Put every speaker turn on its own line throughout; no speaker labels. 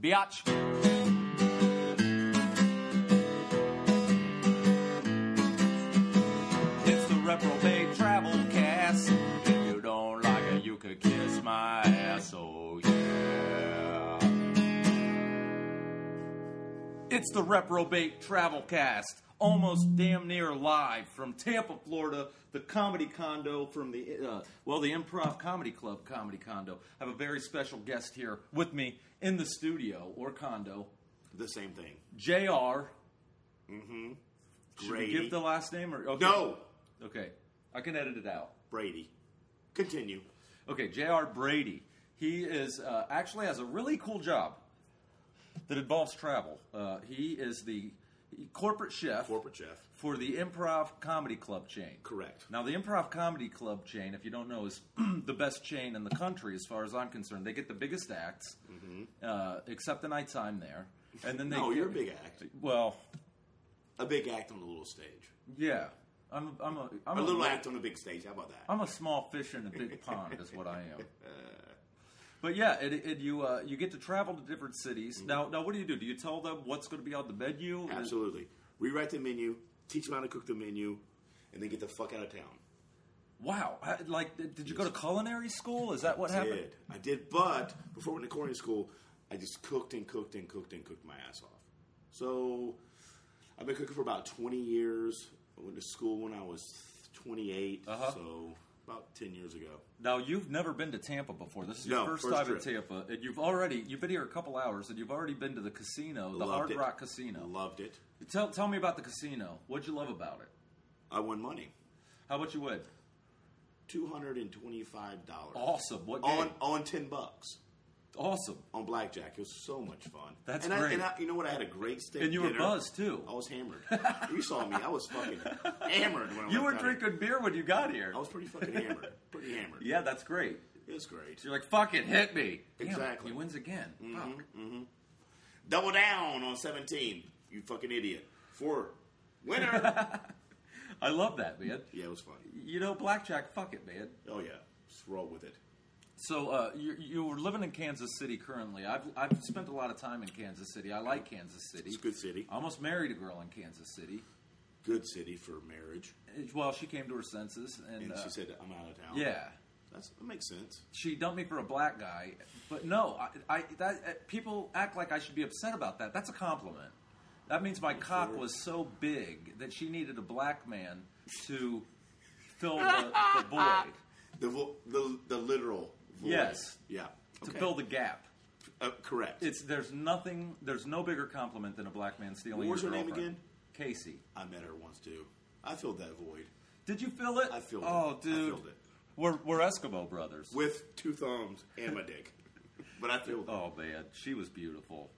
biatch. It's the reprobate travel cast. If you don't like it, you could kiss my ass. Oh yeah. It's the reprobate travel cast. Almost damn near live from Tampa, Florida, the comedy condo from the, uh, well, the Improv Comedy Club comedy condo. I have a very special guest here with me in the studio or condo,
The same thing.
JR. Should we
Grady.
give the last name or? Okay.
no,
Okay. I can edit it out.
Brady. Continue.
Okay, J.R. Brady. He is uh, actually has a really cool job that involves travel. Uh, he is the corporate chef
Corporate chef.
for the Improv Comedy Club chain.
Correct.
Now, the Improv Comedy Club chain, if you don't know, is the best chain in the country as far as I'm concerned. They get the biggest acts, uh, except the nighttime there, and then they.
No,
get-
Mm-hmm. Oh, you're a big act.
Well,
A big act on a little stage.
yeah. I'm. I'm a. I'm
A little act on a big stage. How about that?
I'm a small fish in a big pond, is what I am. But yeah, and, and you uh, you get to travel to different
Mm-hmm.
cities. Now, now, what do you do? Do you tell them what's going to be on the menu? Is-
Absolutely. Rewrite the menu, teach them how to cook the menu, and then get the fuck out of town.
Wow, I- like did did you go to culinary school? Is that what
I
happened?
did. I did, but before I went to culinary school, I just cooked and cooked and cooked and cooked my ass off. So I've been cooking for about 20 years. I went to school when I was 28,
Uh-huh.
so about 10 years ago.
Now you've never been to Tampa before. This is your
No,
first,
first
time
trip.
in Tampa, and you've already you've been here a couple hours, and you've already been to the casino, the
Loved
Hard
it.
Rock Casino.
Loved it.
Tell tell me about the casino. What'd you love about it?
I won money.
How much you win?
Two hundred and twenty-five dollars
Awesome. What game?
on on ten bucks
Awesome.
on blackjack. It was so much fun.
That's
and
great.
I, and I, you know what? I had a great steak.
And you were
dinner.
buzzed, too.
I was hammered. you saw me. I was fucking hammered when I
You
left
were
out
drinking beer when you got here.
here. I was pretty fucking hammered. Pretty hammered.
Yeah, that's great.
it was great.
So you're like, fuck it, hit me. Damn,
Exactly. Mm-hmm.
He wins again. Fuck.
Double down on seventeen. You fucking idiot. Four winner.
I love that, man.
yeah, it was fun.
You know, blackjack, fuck it, man.
Oh yeah, just roll with it.
So uh, you, you were living in Kansas City currently. I've, I've spent a lot of time in Kansas City. I like Kansas City.
It's a good city.
I almost married a girl in Kansas City.
Good city for marriage.
It- Well, she came to her senses, and,
And
uh,
she said, "I'm out of town."
yeah.
That's, that makes sense.
She dumped me for a black guy, but no, I, I that uh, people act like I should be upset about that. That's a compliment. That means my cock was so big that she needed a black man to fill the, the void.
The vo- the the literal. Void.
Yes.
Yeah.
to
Okay.
fill the gap.
Uh, correct.
It's there's nothing, there's no bigger compliment than a black man stealing.
What was
your
her name
girlfriend.
again?
Casey.
I met her once too. I filled that void
Did you feel it?
I filled it.
Oh,
I
dude,
filled it.
we're we're Eskimo brothers.
with two thumbs and my dick. But I filled it.
oh man, she was beautiful.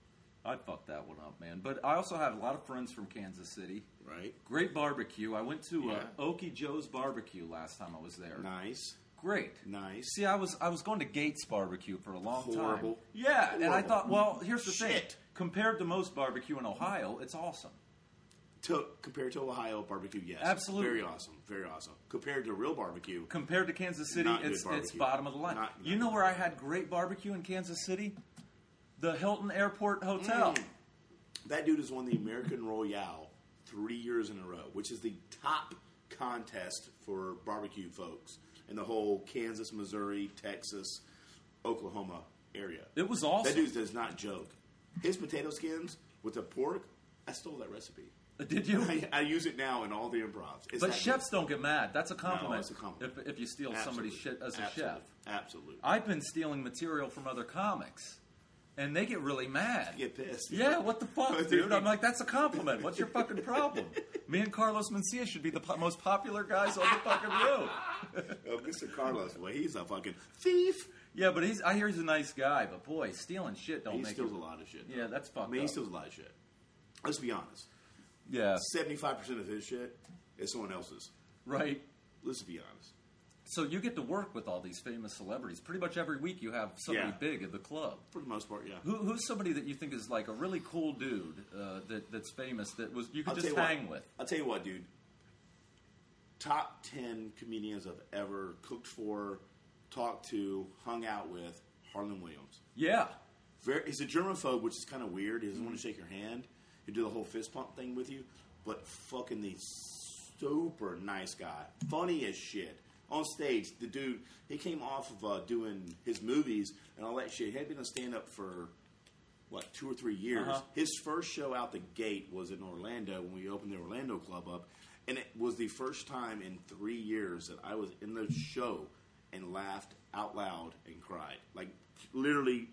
I fucked that one up, man. But I also had a lot of friends from Kansas City.
Right.
Great barbecue. I went to
Yeah.
uh, Okie Joe's barbecue last time I was there.
Nice.
Great.
Nice.
See, I was I was going to Gates Barbecue for a long
Horrible.
time. Yeah, and I
Horrible.
thought, well, here's the thing.
Shit.
Compared to most barbecue in Ohio, it's awesome.
To compared to Ohio barbecue, yes,
Absolutely.
very awesome, very awesome. Compared to real barbecue,
Compared to Kansas City,
Not good
it's it's
barbecue.
bottom of the line.
Not-
you know where I had great barbecue in Kansas City? The Hilton Airport Hotel.
Mm. that dude has won the American Royale three years in a row, which is the top contest for barbecue folks in the whole Kansas, Missouri, Texas, Oklahoma area.
It was awesome.
That dude does not joke. His potato skins with the pork, I stole that recipe.
Did you?
I, I use it now in all the improvs. It's
but
that
chefs don't get mad. That's a compliment.
it's a compliment.
If, if you steal
good.
somebody's
Absolutely.
shit as a
Absolutely.
chef.
Absolutely.
I've been stealing material from other comics, and they get really mad.
get pissed.
Yeah, what the fuck, dude? I'm like, that's a compliment. What's your fucking problem? Me and Carlos Mencia should be the po- most popular guys on the fucking road.
Oh, Mr. Carlos, well, he's a fucking thief.
Yeah, but he's I hear he's a nice guy, but boy, stealing shit don't
He
make
steals
it.
a lot of shit.
Yeah, that's
I
fucked
mean, he
up.
steals a lot of shit. Let's be honest.
yeah,
75% of his shit is someone else's.
right.
Let's be honest.
So you get to work with all these famous celebrities. Pretty much every week you have somebody
Yeah.
big at the club.
For the most part, yeah.
Who, who's somebody that you think is like a really cool dude uh, that that's famous that was you could
I'll
just
tell you
hang
what,
with?
I'll tell you what, dude. Top ten comedians I've ever cooked for, talked to, hung out with: Harlan Williams,
Yeah,
Very, he's a germaphobe, which is kind of weird. He doesn't want to shake your hand. He'll do the whole fist pump thing with you, but fucking the super nice guy, funny as shit. On stage, the dude he came off of uh, doing his movies and all that shit. He had been a stand up for what two or three years.
Uh-huh.
His first show out the gate was in Orlando when we opened the Orlando club up, and it was the first time in three years that I was in the show and laughed out loud and cried, like literally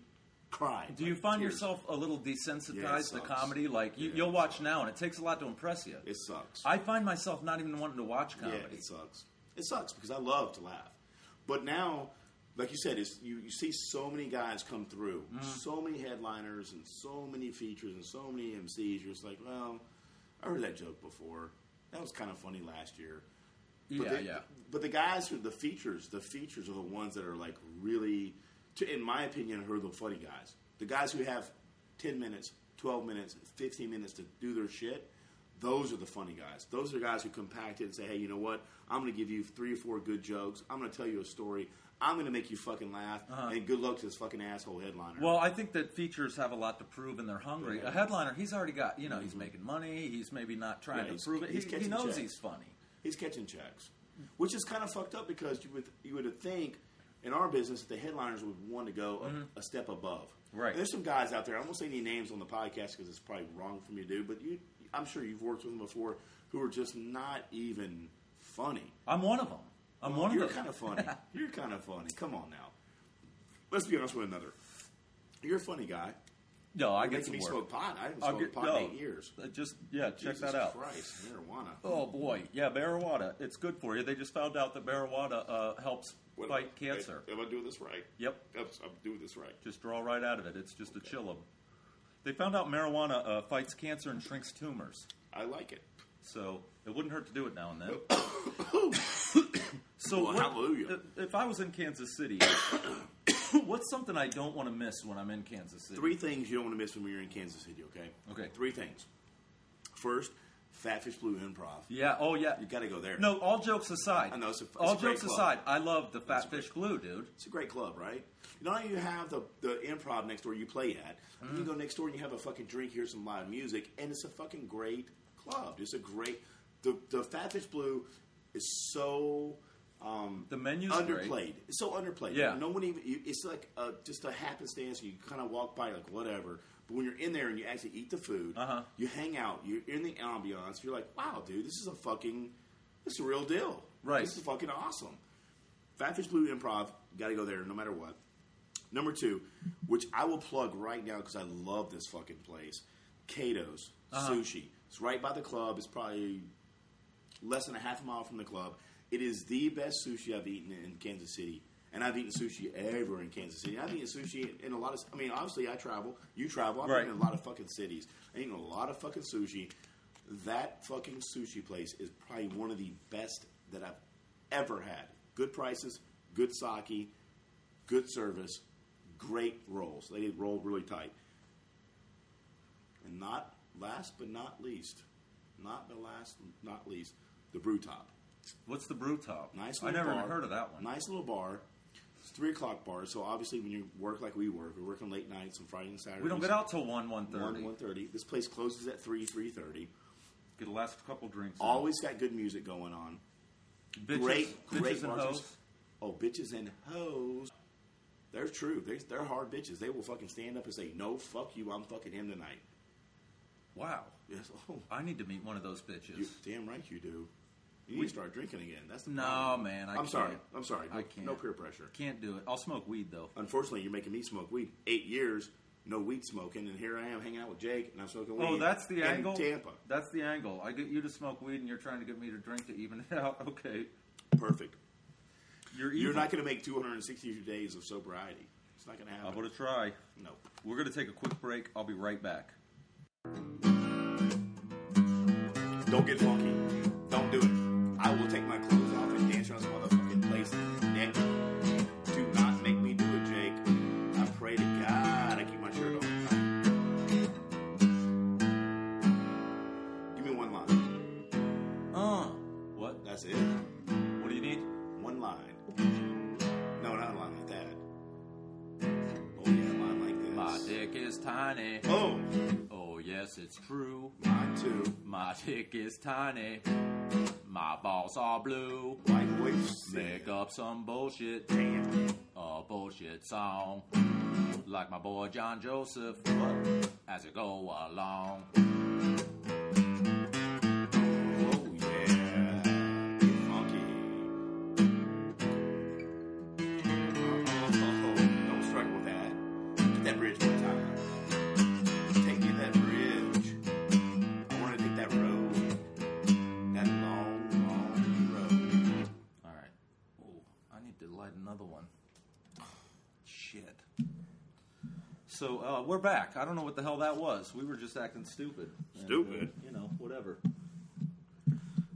cried.
Do
like
you find
tears.
yourself a little desensitized to
sucks.
comedy? Like you,
Yeah,
you'll
it
watch now, and it takes a lot to impress you.
It sucks.
I find myself not even wanting to watch
yeah,
comedy.
it sucks. It sucks because I love to laugh, but now. Like you said, it's, you, you see so many guys come through, so many headliners and so many features and so many MCs. You're just like, well, I heard that joke before. That was kind of funny last year. But
yeah,
the,
yeah.
But the guys who the features, the features are the ones that are like really, to, in my opinion, are the funny guys. The guys who have ten minutes, twelve minutes, fifteen minutes to do their shit. Those are the funny guys. Those are the guys who compact it and say, "Hey, you know what? I'm going to give you three or four good jokes. I'm going to tell you a story. I'm going to make you fucking laugh.
Uh-huh.
And good luck to this fucking asshole headliner."
Well, I think that features have a lot to prove, and they're hungry.
Yeah. Mm-hmm.
A headliner, he's already got, you know, he's making money. He's maybe not trying
Yeah,
to
he's-
prove it.
he's
he, he
catching
knows
checks.
he's funny.
He's catching checks, which is kind of fucked up because you would you would think in our business the headliners would want to go a, a step above.
Mm-hmm. Right.
And there's some guys out there. I won't say any names on the podcast because it's probably wrong for me to do. But you, I'm sure you've worked with them before who are just not even funny.
I'm one of them. I'm one
You're
of them.
kind of funny. You're kind of funny. Come on now. Let's be honest with another. You're a funny guy.
no, I get
You're making
some
me
work.
smoke pot. I haven't
I'll
smoked
get-
pot
no.
in eight years.
Uh, Just yeah, check
Jesus
that out.
Christ, marijuana.
Oh boy, yeah, marijuana. It's good for you. They just found out that marijuana uh, helps
What-
fight cancer.
Am I doing this right?
Yep.
I'm, I'm doing this right.
Just draw right out of it. It's just a chillum. They found out marijuana uh, fights cancer and shrinks tumors,
I like it.
so it wouldn't hurt to do it now and then. so,
Well,
what-
hallelujah.
if- if I was in Kansas City, what's something I don't want to miss when I'm in Kansas City?
Three things you don't want to miss when you're in Kansas City, okay?
Okay.
Three things. First, Fatfish Blue Improv.
Yeah. Oh yeah.
You got to go there.
No, all jokes aside.
I know, it's a- it's a
all
great
jokes
club.
aside, I love the Fat Fish Glue, dude.
It's a great club, right? Not only you have the, the improv next door you play at, you
Mm.
can go next door and you have a fucking drink, hear some live music, and it's a fucking great club. It's a great. The, the Fatfish Blue is so um,
The menu's
underplayed.
great.
It's so underplayed.
Yeah.
No one even. You, it's like uh just a happenstance. You kind of walk by like whatever. But when you're in there and you actually eat the food,
Uh-huh.
you hang out. You're in the ambiance. You're like, wow, dude, this is a fucking. This is a real deal.
Right.
This is fucking awesome. Fatfish Blue Improv. Got to go there no matter what. Number two, which I will plug right now because I love this fucking place. Kato's Sushi. It's right by the club. It's probably less than a half mile from the club. It is the best sushi I've eaten in Kansas City, and I've eaten sushi ever in Kansas City. I've eaten sushi in a lot of. I mean, obviously, I travel. You travel. I've
Right.
been in a lot of fucking cities. I've eaten a lot of fucking sushi. That fucking sushi place is probably one of the best that I've ever had. Good prices, good sake, good service, great rolls. They roll really tight. And not last but not least, not the last not least, the brew top.
What's the brew top?
Nice
I
little
never
bar.
even heard of that one.
Nice little bar. It's three o'clock bar, so obviously when you work like we work, we're working late nights on Friday and Saturday.
We don't get out till one one
one
thirty.
one thirty. This place closes at three, three thirty.
Get the last couple drinks. in.
Always got good music going on.
bitches,
great,
bitches
great
and
margins.
hoes.
Oh, bitches and hoes. They're true. They, they're hard bitches. They will fucking stand up and say, "No, fuck you. I'm fucking him tonight."
Wow,
Yes. Oh,
I need to meet one of those bitches.
you damn right you do. You need to start drinking again. That's the
No,
problem.
man, I
am sorry.
can't.
I'm sorry. No,
I can't.
No peer pressure.
Can't do it. I'll smoke weed though.
Unfortunately, you're making me smoke weed. Eight years, no weed smoking, and here I am hanging out with Jake, and I'm smoking weed.
Oh, that's the
in
angle.
Tampa.
That's the angle. I get you to smoke weed, and you're trying to get me to drink to even it out. Okay,
Perfect.
you're evil.
You're not going to make 262 days of sobriety. It's not going to
I'm
happen.
gonna try.
No.
We're gonna take a quick break. I'll be right back.
Don't get funky. Don't do it. I will take my clothes off and dance around this motherfucking place naked. Do not make me do it, Jake. I pray to God I keep my shirt on. Give me one line.
Uh, what?
That's it.
What do you need?
One line. No, not a line like that. Oh yeah, a line like this.
My dick. tiny.
Oh,
Oh, yes, it's true.
mine too.
My dick is tiny. My balls are blue.
My voice.
Make up some bullshit,
Damn.
a bullshit song. Like my boy John Joseph, as I go along.
Oh yeah, get funky. Don't struggle with that. Get that bridge one time. Take you that bridge. I want to take that road. That long, long road.
All right. Oh, I need to light another one. Shit. So uh, we're back. I don't know what the hell that was. We were just acting stupid. And, uh,
Stupid?
you know, whatever.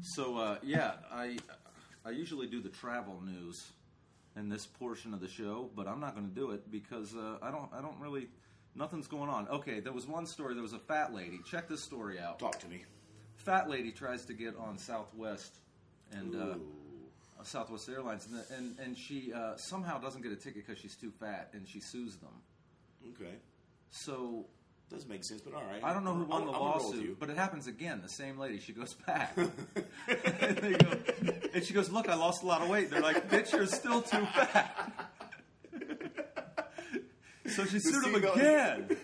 So uh, yeah, I I usually do the travel news in this portion of the show, but I'm not going to do it because uh, I don't I don't really nothing's going on. Okay, there was one story. There was a fat lady. Check this story out.
Talk to me.
Fat lady tries to get on Southwest and. Uh,
Ooh.
uh, Southwest Airlines, and, the, and and she uh, somehow doesn't get a ticket because she's too fat, and she sues them.
Okay.
So
Does make sense, but all right.
I don't know who won the
I'll- I'll roll with you.
lawsuit, but it happens again. The same lady, she goes back, and, they go, and she goes, "Look, I lost a lot of weight." They're like, "Bitch, you're still too fat." so she sued him
seagull-
again.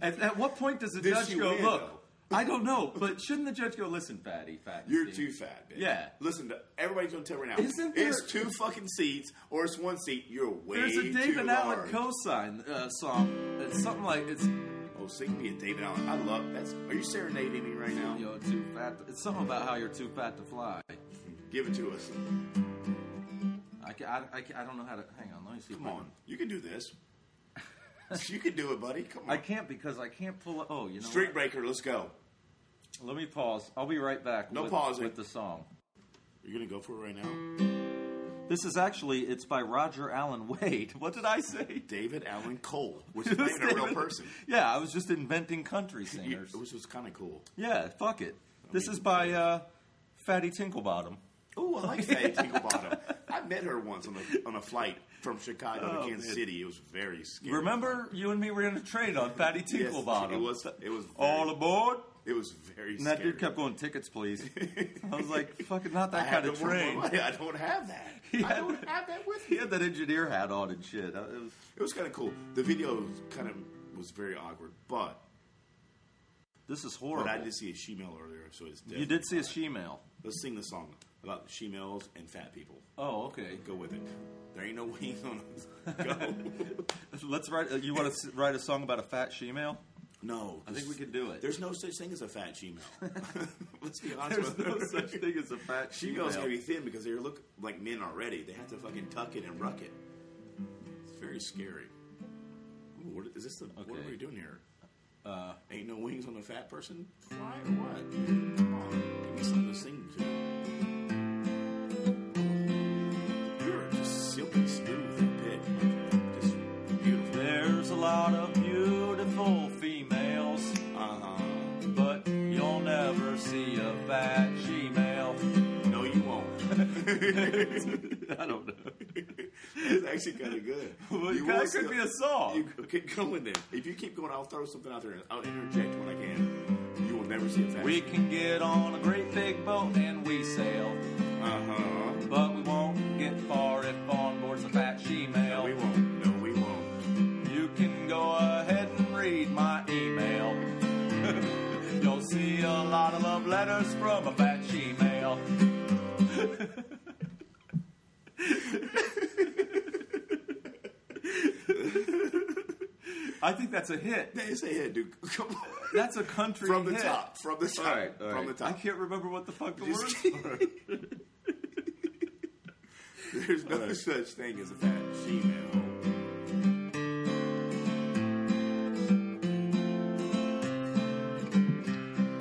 at, at what point does the
Did
judge
she
go,
win,
"Look"?
though?
I don't know, but shouldn't the judge go, listen, fatty, fatty?
You're
Steve."
too fat, bitch.
Yeah.
Listen, to, everybody's gonna tell me now.
Isn't there-
it's two fucking seats or it's one seat. You're way
There's a David Allen
too large.
cosign uh, song. It's something like it's
oh, sing me a David Allen. I love that's. Are you serenading me right now?
you know too fat. it's something about how you're too fat to fly.
Give it to us.
I, ca- I, I, ca- I don't know how to. Hang on, let me see. if
Come
I
on,
can-
you can do this. you can do it, buddy. Come on.
I can't because I can't pull. up- Oh, you know.
Street
what?
breaker. Let's go.
Let me pause. I'll be right back.
No
with,
pausing.
with the song.
You're gonna go for it right now.
This is actually it's by Roger Allen Wade. What did I say?
David Allen Cole, which is
It
not
was
even a real
David-
person.
Yeah, I was just inventing country
You-
singers.
which was kind of cool.
yeah, fuck it. This
mean-
is by uh, Fatty Tinklebottom.
Oh, I like Sadie Tinklebottom. I met her once on a on a flight from Chicago
Oh,
to Kansas
man.
City. It was very scary.
Remember, you and me were in a trade on Fatty
Yes,
Tinklebottom.
It was. It was. Very,
All aboard!
It was very.
And that
scary.
dude kept going, tickets, please. I was like, fucking not
I
that
had
kind of
the one-
train.
I don't have that.
He
I
had-
don't have that with
He
me.
had that engineer hat on and shit. I- It was,
It was kind of cool. The video was kind of was very awkward, but
this is
but
horrible.
I did see a she-male earlier, so it's
you
definitely
did see a
fine.
she-mail.
Let's sing the song about she-males and fat people.
Oh, okay.
Go with it. There ain't no way on us. Go.
Let's write. uh, You want to write a song about a fat she-mail?
no,
I think we could do it.
There's no such thing as a fat she-male. Let's be
There's
honest with
no
her.
such thing as a fat she-mail.
She-males gotta be thin because they look like men already. They have to fucking tuck it and ruck it. It's very scary. Ooh, what, is this the? What
Okay.
are we doing here? Uh, Ain't no wings on a fat person. Fly or what? Oh, Come on, give me something to sing to. You're just silky smooth and big, my friend. Just beautiful.
There's a lot of beautiful females,
Uh huh.
but you'll never see a fat she-mail.
No, you won't.
I don't know.
It's actually kind of good.
Well,
You
that
will
could
still-
be a song.
You okay, go in there. If you keep going, I'll throw something out there. and I'll interject when I can. You will never see a fact.
We can get on a great big boat and we sail.
Uh
But we won't get far if on board's a fat
huh.
she-mail.
We won't. No, we won't.
You can go ahead and read my email. You'll see a lot of love letters from a fat she-mail. I think that's a hit.
They say, "Hey, dude, come on."
That's a country
From the
hit.
top. From the top.
All right, all
From
right.
the top.
I can't remember what the fuck the words
Just-
were.
There's no such thing as a fat female.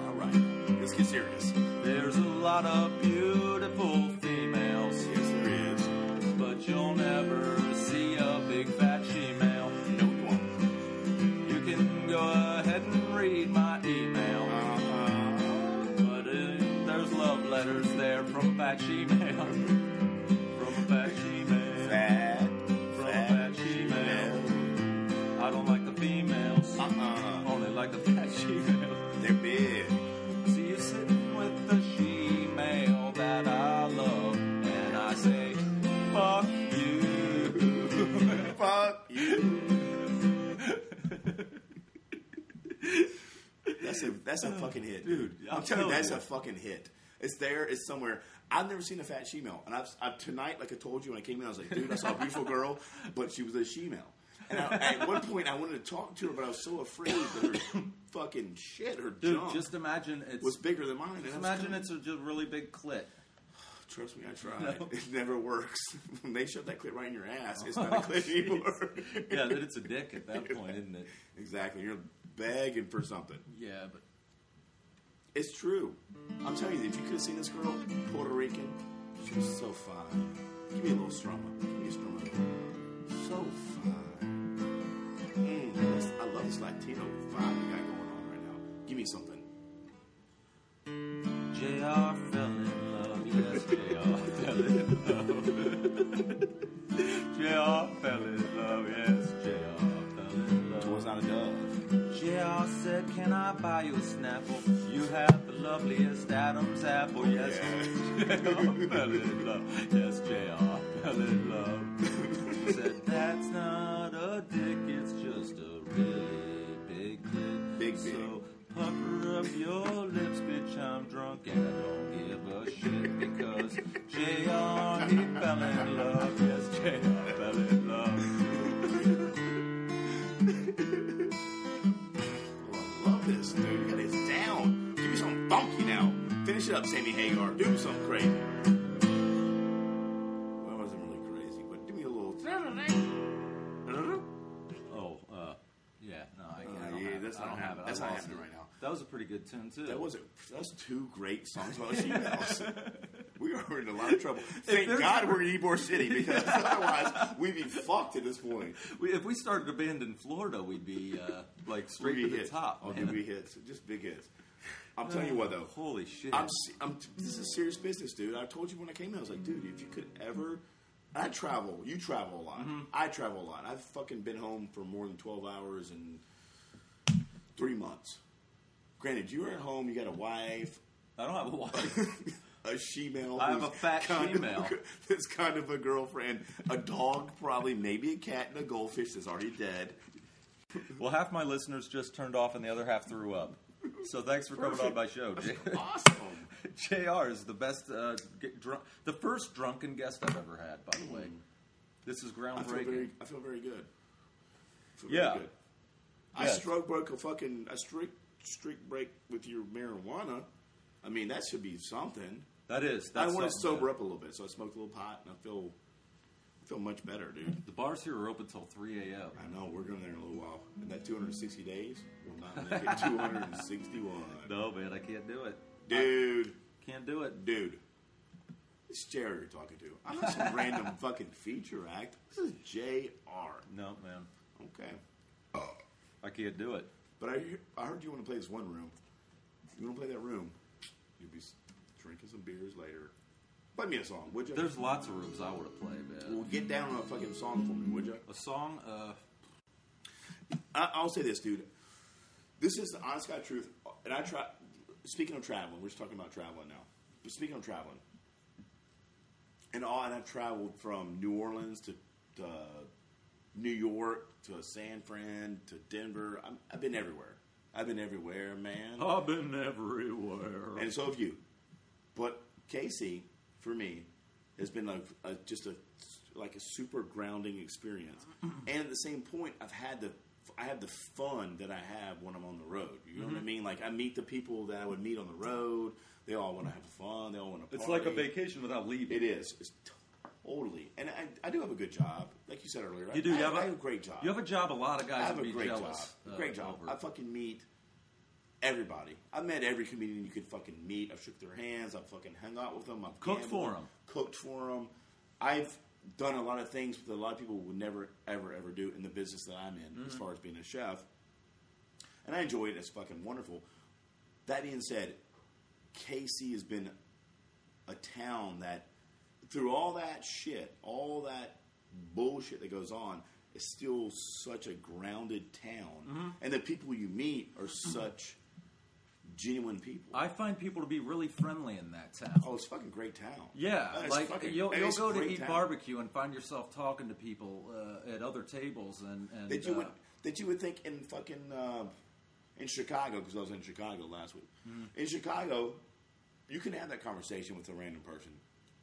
All right, let's get serious.
There's a lot of beautiful females,
Yes, there is.
but you'll never see a big fat she-male.
No, we won't.
You can go ahead and read my email,
Uh-huh.
but uh, there's love letters there from fat she-male. From a fat she-male.
Fat,
From a
fat
fat she-male.
female. Uh-uh. That's a fucking hit, dude.
Dude,
I'm,
I'm
telling
telling
you, that's
you.
a fucking hit. It's there. It's somewhere. I've never seen a fat shemale, and I've, I've tonight, like I told you when I came in, I was like, dude, I saw a beautiful girl, but she was a shemale. And I, at one point, I wanted to talk to her, but I was so afraid that her fucking shit, her
Dude,
junk,
just imagine it's
was bigger than mine. And I
just
was
imagine
kinda-
it's a just really big clit.
Trust me, I tried.
No. Oh,
It never works. when they shove that clit right in your ass, it's not a clit
jeez.
anymore.
Yeah, then it's a dick at that point, isn't it?
exactly. You're begging for something.
Yeah, but
It's true. I'm telling you, if you could have seen this girl, Puerto Rican, she was so fine. Give me a little stroma. Give me a stroma. So fine. Mm, that's- I love this Latino vibe you got going on right now. Give me something.
JR fell in love. Yes, JR fell in love. JR fell in love. Yes, JR fell in love.
Towards not a dove.
JR said, Can I buy you a Snapple? You have the loveliest Adam's apple. Yes, JR fell in love. Yes, JR fell in love. She said, That's not a dick, it's just a really big dick.
Big,
So pucker up your lips, bitch, I'm drunk and I don't give a shit because JR, he fell in love. Yes, JR fell in love.
Oh, I love this, dude. You got this down. Give me something funky now. Finish it up, Sammy Hagar. Do something crazy. Well, I wasn't really crazy, but give me a little.
Oh, uh, yeah, no, I,
Uh,
I don't
yeah,
have
that's
it. I
not
don't have
happening.
it.
That's
I
not
lost
happening
it.
right now.
That was a pretty good tune too.
That was a, that was two great songs about shemales. we are in a lot of trouble. Thank
there's-
God we're in Ybor City because otherwise we'd be fucked at this point.
We, if we started a band in Florida, we'd be uh, like straight
We'd
to
be Oh,
the
hits.
top.
I'll
man.
give you hits, just big hits. I'm telling you what though,
Holy shit!
I'm, se- I'm this is serious business, dude. I told you when I came in, I was like, dude, if you could ever, I travel. You travel a lot.
Mm-hmm.
I travel a lot. I've fucking been home for more than twelve hours in three months. Granted, you were at home. You got a wife,
I don't have a wife.
a she-male.
I have
who's
a fat
kind
she-male.
Of, that's kind of a girlfriend. A dog, probably, maybe a cat and a goldfish that's already dead.
well, half my listeners just turned off, and the other half threw up. So thanks for coming on my show, J-
Awesome.
Jr. is the best, uh, get drunk, the first drunken guest I've ever had. By the way, this is
I feel
groundbreaking.
very, I feel very good. I feel
Yeah.
Very good. I
Yeah.
stroke broke a fucking a streak streak break with your marijuana. I mean that should be something.
that is. That's
I want to
something, man.
sober up a little bit, so I smoked a little pot and I feel I feel much better, dude.
The bars here are open till 3 a.m.
I know we're going there in a little while, and that 260 days will not make it 261,
No, man, I can't do it.
dude.
Can't do it.
Dude, this is JR you're talking to. I'm not some random fucking feature act. This is JR.
No, man,
Okay.
I can't do it.
But I, hear- I heard you want to play this one room. You want to play that room? You'll be s- drinking some beers later. Play me a song, would you?
There's lots of rooms I would have played, man.
well, get down on a fucking song for me, would you?
A song, uh,
I, I'll say this, dude. This is the honest God truth. And I try. Speaking of traveling, we're just talking about traveling now. But speaking of traveling, and all, and I've traveled from New Orleans to, to New York to San Fran to Denver. I'm, I've been everywhere. I've been everywhere, man.
I've been everywhere.
and so have you. But Casey, for me, has been a, a just a like a super grounding experience.
Mm-hmm.
and at the same point, I've had the I have the fun that I have when I'm on the road. You know what
Mm-hmm.
I mean? Like I meet the people that I would meet on the road. They all want to have fun. They all want to.
it's like a vacation without leaving.
It is. It's totally. And I, I do have a good job. Like you said earlier,
You do.
I,
You have,
I
a
have a great job.
You have a job. A lot of
I
guys
have
would
a
be
great
jealous.
job.
uh,
great job.
over.
I fucking meet everybody. I met every comedian you could fucking meet. I've shook their hands. I've fucking hung out with them. I've
Cooked for
gambled,
'em.
Cooked for them. I've done a lot of things that a lot of people would never, ever, ever do in the business that I'm in,
Mm-hmm.
as far as being a chef. And I enjoy it. It's fucking wonderful. That being said, Casey has been a town that, through all that shit, all that bullshit that goes on, is still such a grounded town.
Mm-hmm.
And the people you meet are such genuine people.
I find people to be really friendly in that town.
oh, it's a fucking great town.
Yeah,
Uh, it's
like
fucking-
you'll,
and
you'll
it's
go to
great
eat
town.
barbecue and find yourself talking to people uh, at other tables, and, and
that you
uh,
would that you would think in fucking uh, in Chicago because I was in Chicago last week.
Mm-hmm.
In Chicago, you can have that conversation with a random person.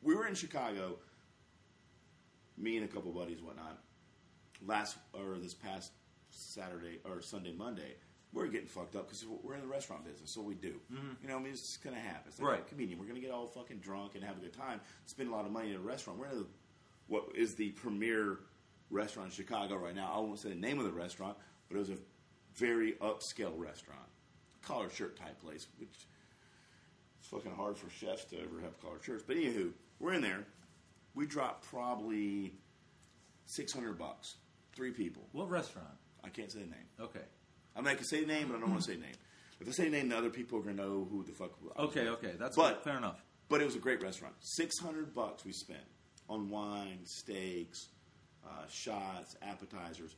We were in Chicago, me and a couple buddies, and whatnot. Last or this past Saturday or Sunday, Monday, we we're getting fucked up because we're in the restaurant business, so we do. You know, I mean, it's gonna happen. It's like
Right.
a comedian, we're gonna get all fucking drunk and have a good time, spend a lot of money at a restaurant. We're in the, what is the premier restaurant in Chicago right now? I won't say the name of the restaurant, but it was a very upscale restaurant, collar shirt type place, which it's fucking hard for chefs to ever have collared shirts. But anywho, we're in there. We dropped probably six hundred bucks. Three people.
What restaurant?
I can't say the name.
Okay.
I mean, I can say the name, but I don't want to say the name. If I say the name, the other people are gonna know who the fuck. I was
Okay,
with.
okay. That's
But-
fair enough.
But it was a great restaurant. Six hundred bucks we spent on wine, steaks, uh, shots, appetizers.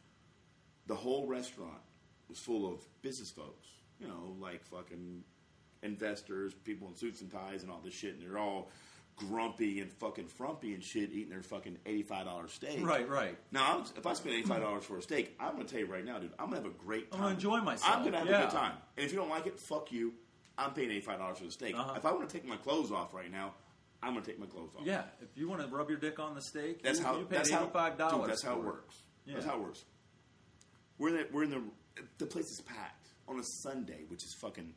The whole restaurant was full of business folks. You know, like fucking investors, people in suits and ties, and all this shit. And they're all grumpy and fucking frumpy and shit, eating their fucking eighty-five dollar steak.
Right, right.
Now, I'm, if I spend eighty-five dollars for a steak, I'm going to tell you right now, dude, I'm going to have a great time.
I'm gonna enjoy myself,
I'm going to have a
yeah.
good time. And if you don't like it, fuck you. I'm paying eighty-five dollars for the steak.
Uh-huh.
If I want to take my clothes off right now, I'm going to take my clothes off.
Yeah, if you want to rub your dick on the steak,
that's
you,
how.
you paid
that's how.
$85.
Dude, that's how
for
it works. That's
Yeah.
how it works. We're in the, we're in the the place is packed on a Sunday, which is fucking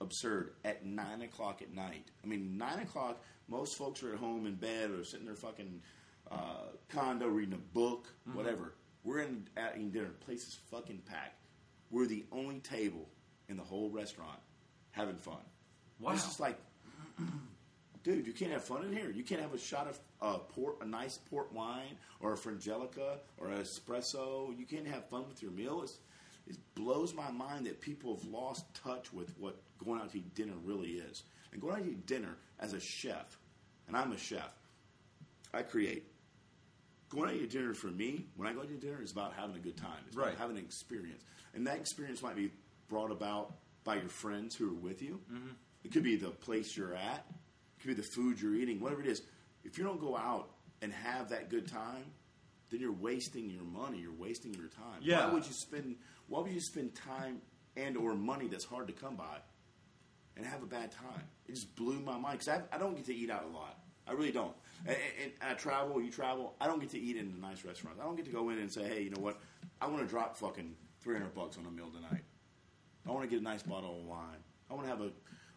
absurd. At nine o'clock at night, I mean nine o'clock. Most folks are at home in bed or sitting in their fucking uh, condo reading a book,
Mm-hmm.
whatever. We're in at eating dinner. Place is fucking packed. We're the only table in the whole restaurant having fun.
Wow.
It's just like, dude, you can't have fun in here. You can't have a shot of uh, port, a nice port wine, or a frangelica, or an espresso. You can't have fun with your meal. It's, it blows my mind that people have lost touch with what going out to eat dinner really is. And going out to eat dinner as a chef, and I'm a chef, I create. Going out to eat dinner for me, when I go out to dinner, is about having a good time. It's about
Right.
having an experience, and that experience might be brought about by your friends who are with you. Mm-hmm. It could be the place you're at. It could be the food you're eating. Whatever it is, if you don't go out and have that good time, then you're wasting your money. You're wasting your time.
Yeah.
Why would you spend? Why would you spend time and or money that's hard to come by and have a bad time. It just blew my mind because I, I don't get to eat out a lot. I really don't. And, and, and I travel, you travel. I don't get to eat in a nice restaurant. I don't get to go in and say, hey, you know what? I want to drop fucking 300 bucks on a meal tonight. I want to get a nice bottle of wine. I want to have a,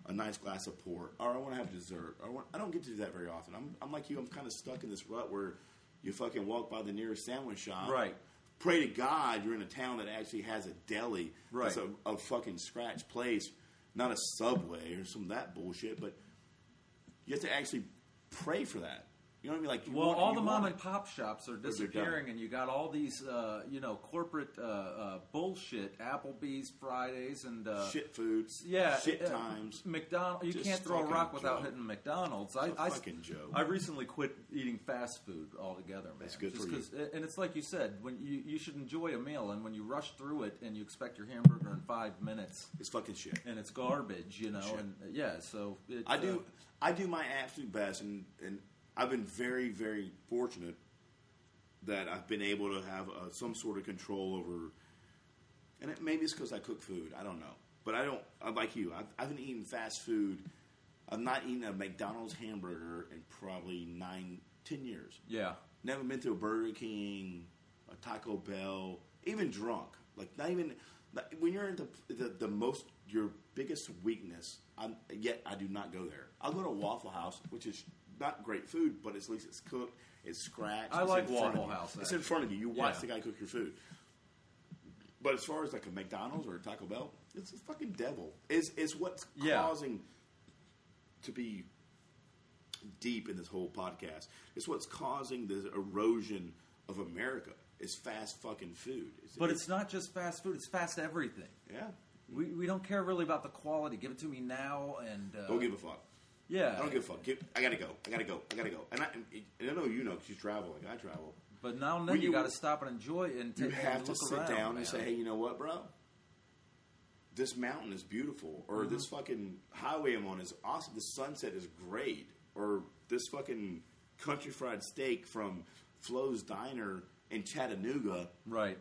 a nice glass of port. Or I want to have dessert. Or I, want, I don't get to do that very often. I'm, I'm like you, I'm kind of stuck in this rut where you fucking walk by the nearest sandwich shop.
Right.
Pray to God you're in a town that actually has a deli. That's
Right.
a, a fucking scratch place, not a subway or some of that bullshit, but you have to actually pray for that. You know what I mean? Like, you
Well,
want-
all
you
the
want
mom
it.
and pop shops are
they're done.
disappearing, and you got all these, uh, you know, corporate uh, uh, bullshit. Applebee's Fridays and uh,
shit foods,
yeah,
shit
uh,
times.
McDonald. You
Just
can't throw a
fucking
rock without
joke.
hitting McDonald's. I
It's a
I-
fucking joke.
I recently quit eating fast food altogether. Man.
That's good
Just
for you.
'cause- And it's like you said, when you you should enjoy a meal, and when you rush through it and you expect your hamburger in five minutes
It's fucking shit.
and it's garbage, you know,
Shit.
and uh, yeah, so it,
I do,
uh,
I do my absolute best, and and I've been very, very fortunate that I've been able to have uh, some sort of control over. And it, maybe it's because I cook food. I don't know, but I don't. I'm like you. I've, I've been eating fast food. I've not eaten a McDonald's hamburger in probably nine, ten years.
yeah,
Never been to a Burger King, a Taco Bell, even drunk. Like not even not, when you're in the, the the most your biggest weakness. I'm, yet I do not go there. I'll go to Waffle House, which is not great food, but at least it's cooked, it's scratched.
I
it's
like
in front of
Waffle
you.
House,
It's in front of you. You watch
Yeah.
the guy cook your food. But as far as like a McDonald's or a Taco Bell, it's the fucking devil. Is is what's
Yeah.
causing to be deep in this whole podcast. It's what's causing the erosion of America. It's fast fucking food. It's,
but it's not just fast food; it's fast everything.
yeah.
We, we don't care really about the quality. Give it to me now, and uh,
Don't give a fuck.
yeah,
I don't give a fuck. Give, I gotta go. I gotta go. I gotta go. And I, and I know you know because you travel like I travel.
But now and then
When
you,
you-
got to stop and enjoy it and
You
take
have
and
to
look
sit
around,
down
man.
and say, hey, you know what, bro? This mountain is beautiful, or
Mm-hmm.
this fucking highway I'm on is awesome. This sunset is great, or this fucking country fried steak from Flo's Diner in Chattanooga
right,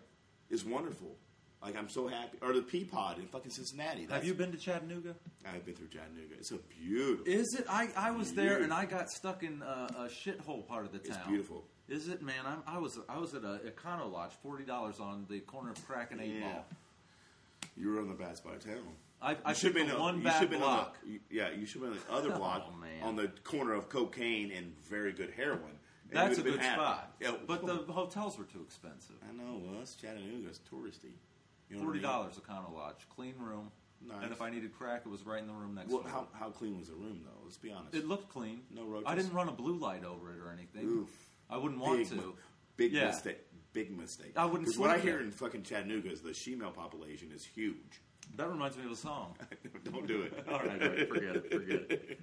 is wonderful. Like I'm so happy, or the Peapod in fucking Cincinnati.
Have
That's-
you been to Chattanooga?
I've been through Chattanooga. It's a beautiful.
Is it? I, I was there
Beautiful.
and I got stuck in uh, a shithole part of the town.
beautiful.
Is it, man? I'm, I was I was at a Econo Lodge, forty dollars on the corner of Crack and Eight
Yeah.
Ball.
you were on the bad spot of town.
I, I
You should
took
have
the
been
one
you
bad
should been
block.
On the, you- yeah, you should have been on the other block
Oh, man.
on the corner of cocaine and very good heroin. And
That's a
you would've been
good
happy.
spot.
Yeah,
but the hotels were too expensive.
I know. Well, that's Chattanooga. It's touristy. You know what
Forty
I mean?
dollars Econo Lodge, clean room.
Nice.
And if I needed crack, it was right in the room next.
Well,
door.
how, how clean was the room though? Let's be honest.
It looked clean.
No roaches.
I didn't run a blue light over it or anything.
Oof.
I wouldn't want
big,
to.
mi- Big
Yeah.
mistake. Big mistake.
I wouldn't
'Cause What I
sleep
hear
there.
in fucking Chattanooga is the female population is huge.
That reminds me of a song.
Don't do it.
All right, all right, forget it, forget it.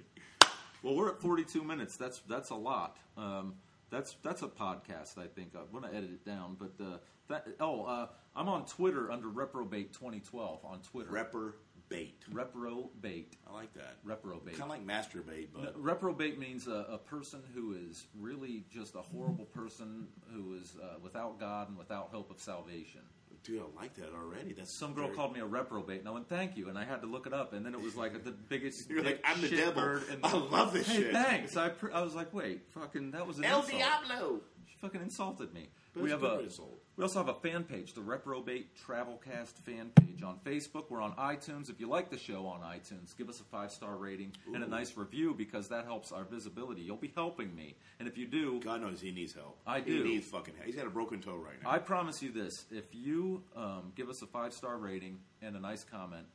Well, we're at 42 minutes. That's that's a lot. Um, that's that's a podcast. I think I'm going to edit it down. But uh, that oh, uh, I'm on Twitter under reprobate 2012 on Twitter.
Reprobate.
reprobate,
I like that.
reprobate. Uh,
Kind of like masturbate, but
Reprobate means a, a person who is really just a horrible person who is uh, without God and without hope of salvation.
dude, I like that already. That's
Some girl
very-
called me a reprobate, and I went, "Thank you," and I had to look it up, and then it was like the biggest.
You're like,
dick
"I'm the
shit
devil.
bird in
I love this
hey,
shit."
thanks. I, pr- I was like, wait, fucking, that was an
El
insult.
Diablo.
She fucking insulted me.
But
we
it's
have
a good
a
insult.
we also have a fan page, the Reprobate Travelcast fan page on Facebook. We're on iTunes. If you like the show on iTunes, give us a five star rating and a nice review because that helps our visibility. You'll be helping me, and if you do,
God knows he needs help.
I
He
do.
needs fucking help. He's got a broken toe right now.
I promise you this: if you um, give us a five star rating and a nice comment,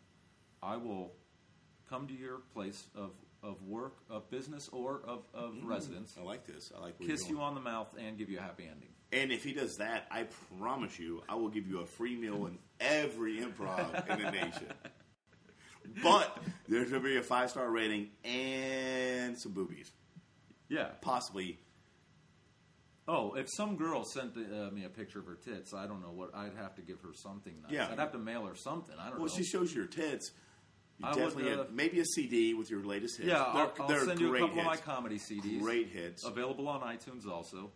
I will come to your place of, of work, of business, or of, of residence,
I like this. I like where
kiss you
you're Mm-hmm. going.
on the mouth, and give you a happy ending.
And if he does that, I promise you, I will give you a free meal in every improv in the nation. But there's going to be a five star rating and some boobies,
Yeah.
possibly.
Oh, if some girl sent uh, me a picture of her tits, I don't know what I'd have to give her something. Nice.
Yeah.
I'd have to mail her something. I don't
Well,
know.
she shows you your tits. You
I would,
definitely
uh,
have maybe a CD with your latest hits.
yeah, I'll,
They're-
I'll
they're
send you a
great
couple of my
hits.
comedy CDs.
Great hits.
Available on iTunes also,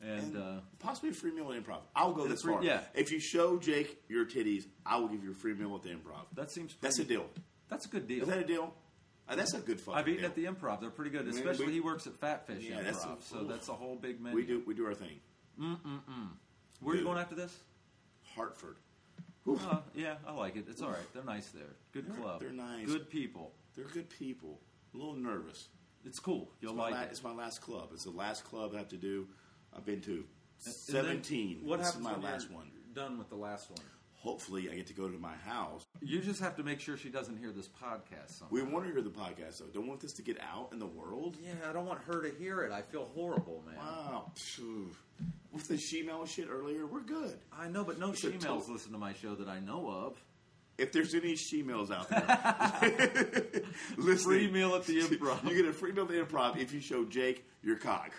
and. uh,
possibly a free meal at improv. I'll go
And a
this
free-
far.
yeah.
If you show Jake your titties, I will give you a free meal at the improv.
that seems pretty,
That's a deal.
That's a good deal.
Is that a deal? Uh, that's a good fucking.
I've eaten
deal.
at the improv. They're pretty good,
Man,
especially
we-
he works at Fat Fish
Yeah,
Improv,
that's-
so
oof.
that's a whole big menu.
We do we do our thing.
Where are you
dude.
going after this?
Hartford.
Uh, yeah, I like it. It's all right. They're nice there. Good
They're-
club.
they're nice.
Good people.
They're good people. A little nervous.
It's cool. You'll
It's my,
like
la-
it.
it's my last club. It's the last club I have to do. I've been to
And then
seventeen.
What
this is
happens
my
when
last
you're
one.
Done with the last one.
Hopefully, I get to go to my house.
You just have to make sure she doesn't hear this podcast. Somehow.
We want to hear the podcast though. Don't want this to get out in the world.
yeah, I don't want her to hear it. I feel horrible, man.
Wow. Phew. With the shemale shit earlier, we're good.
I know, but no
a
females
total-
listen to my show that I know of.
If there's any shemales out there, listen.
Free meal at the improv.
You get a free meal at the improv if you show Jake your cock.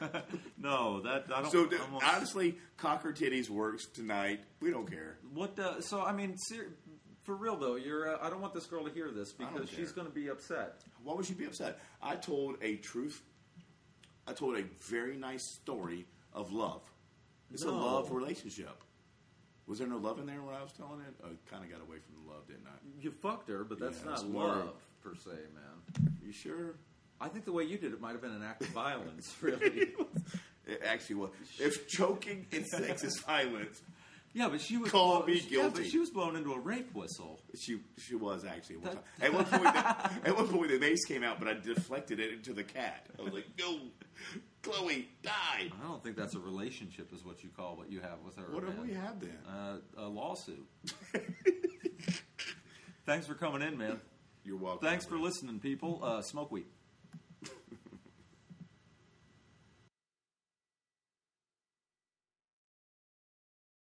No, that I don't.
So
I won't-
honestly, cocker titties works tonight. We don't care.
What? The, so I mean, ser- for real though, you're. Uh, I don't want this girl to hear this
don't
because she's
care.
going to be upset.
Why would you be upset? I told a truth. I told a very nice story of love. It's a
No.
love relationship. Was there no love in there when I was telling it? I kind of got away from the love, didn't I?
You fucked her, but that's
Yeah,
not
it's more-
love per se, man.
You sure?
I think the way you did it might have been an act of violence, really.
It actually was. If choking and sex is violence,
yeah, but she was
Call
blown-
me
Yeah, but
guilty.
she was blown into a rape whistle.
she she was actually. At one,
That-
time. At one point, the, at one point the mace came out, but I deflected it into the cat. I was like, "No, Chloe, die!"
I don't think that's a relationship, is what you call what you have with her.
What do
man.
we have then?
Uh, a lawsuit. Thanks for coming in, man.
You're welcome.
Thanks for listening, people. Uh, smoke weed.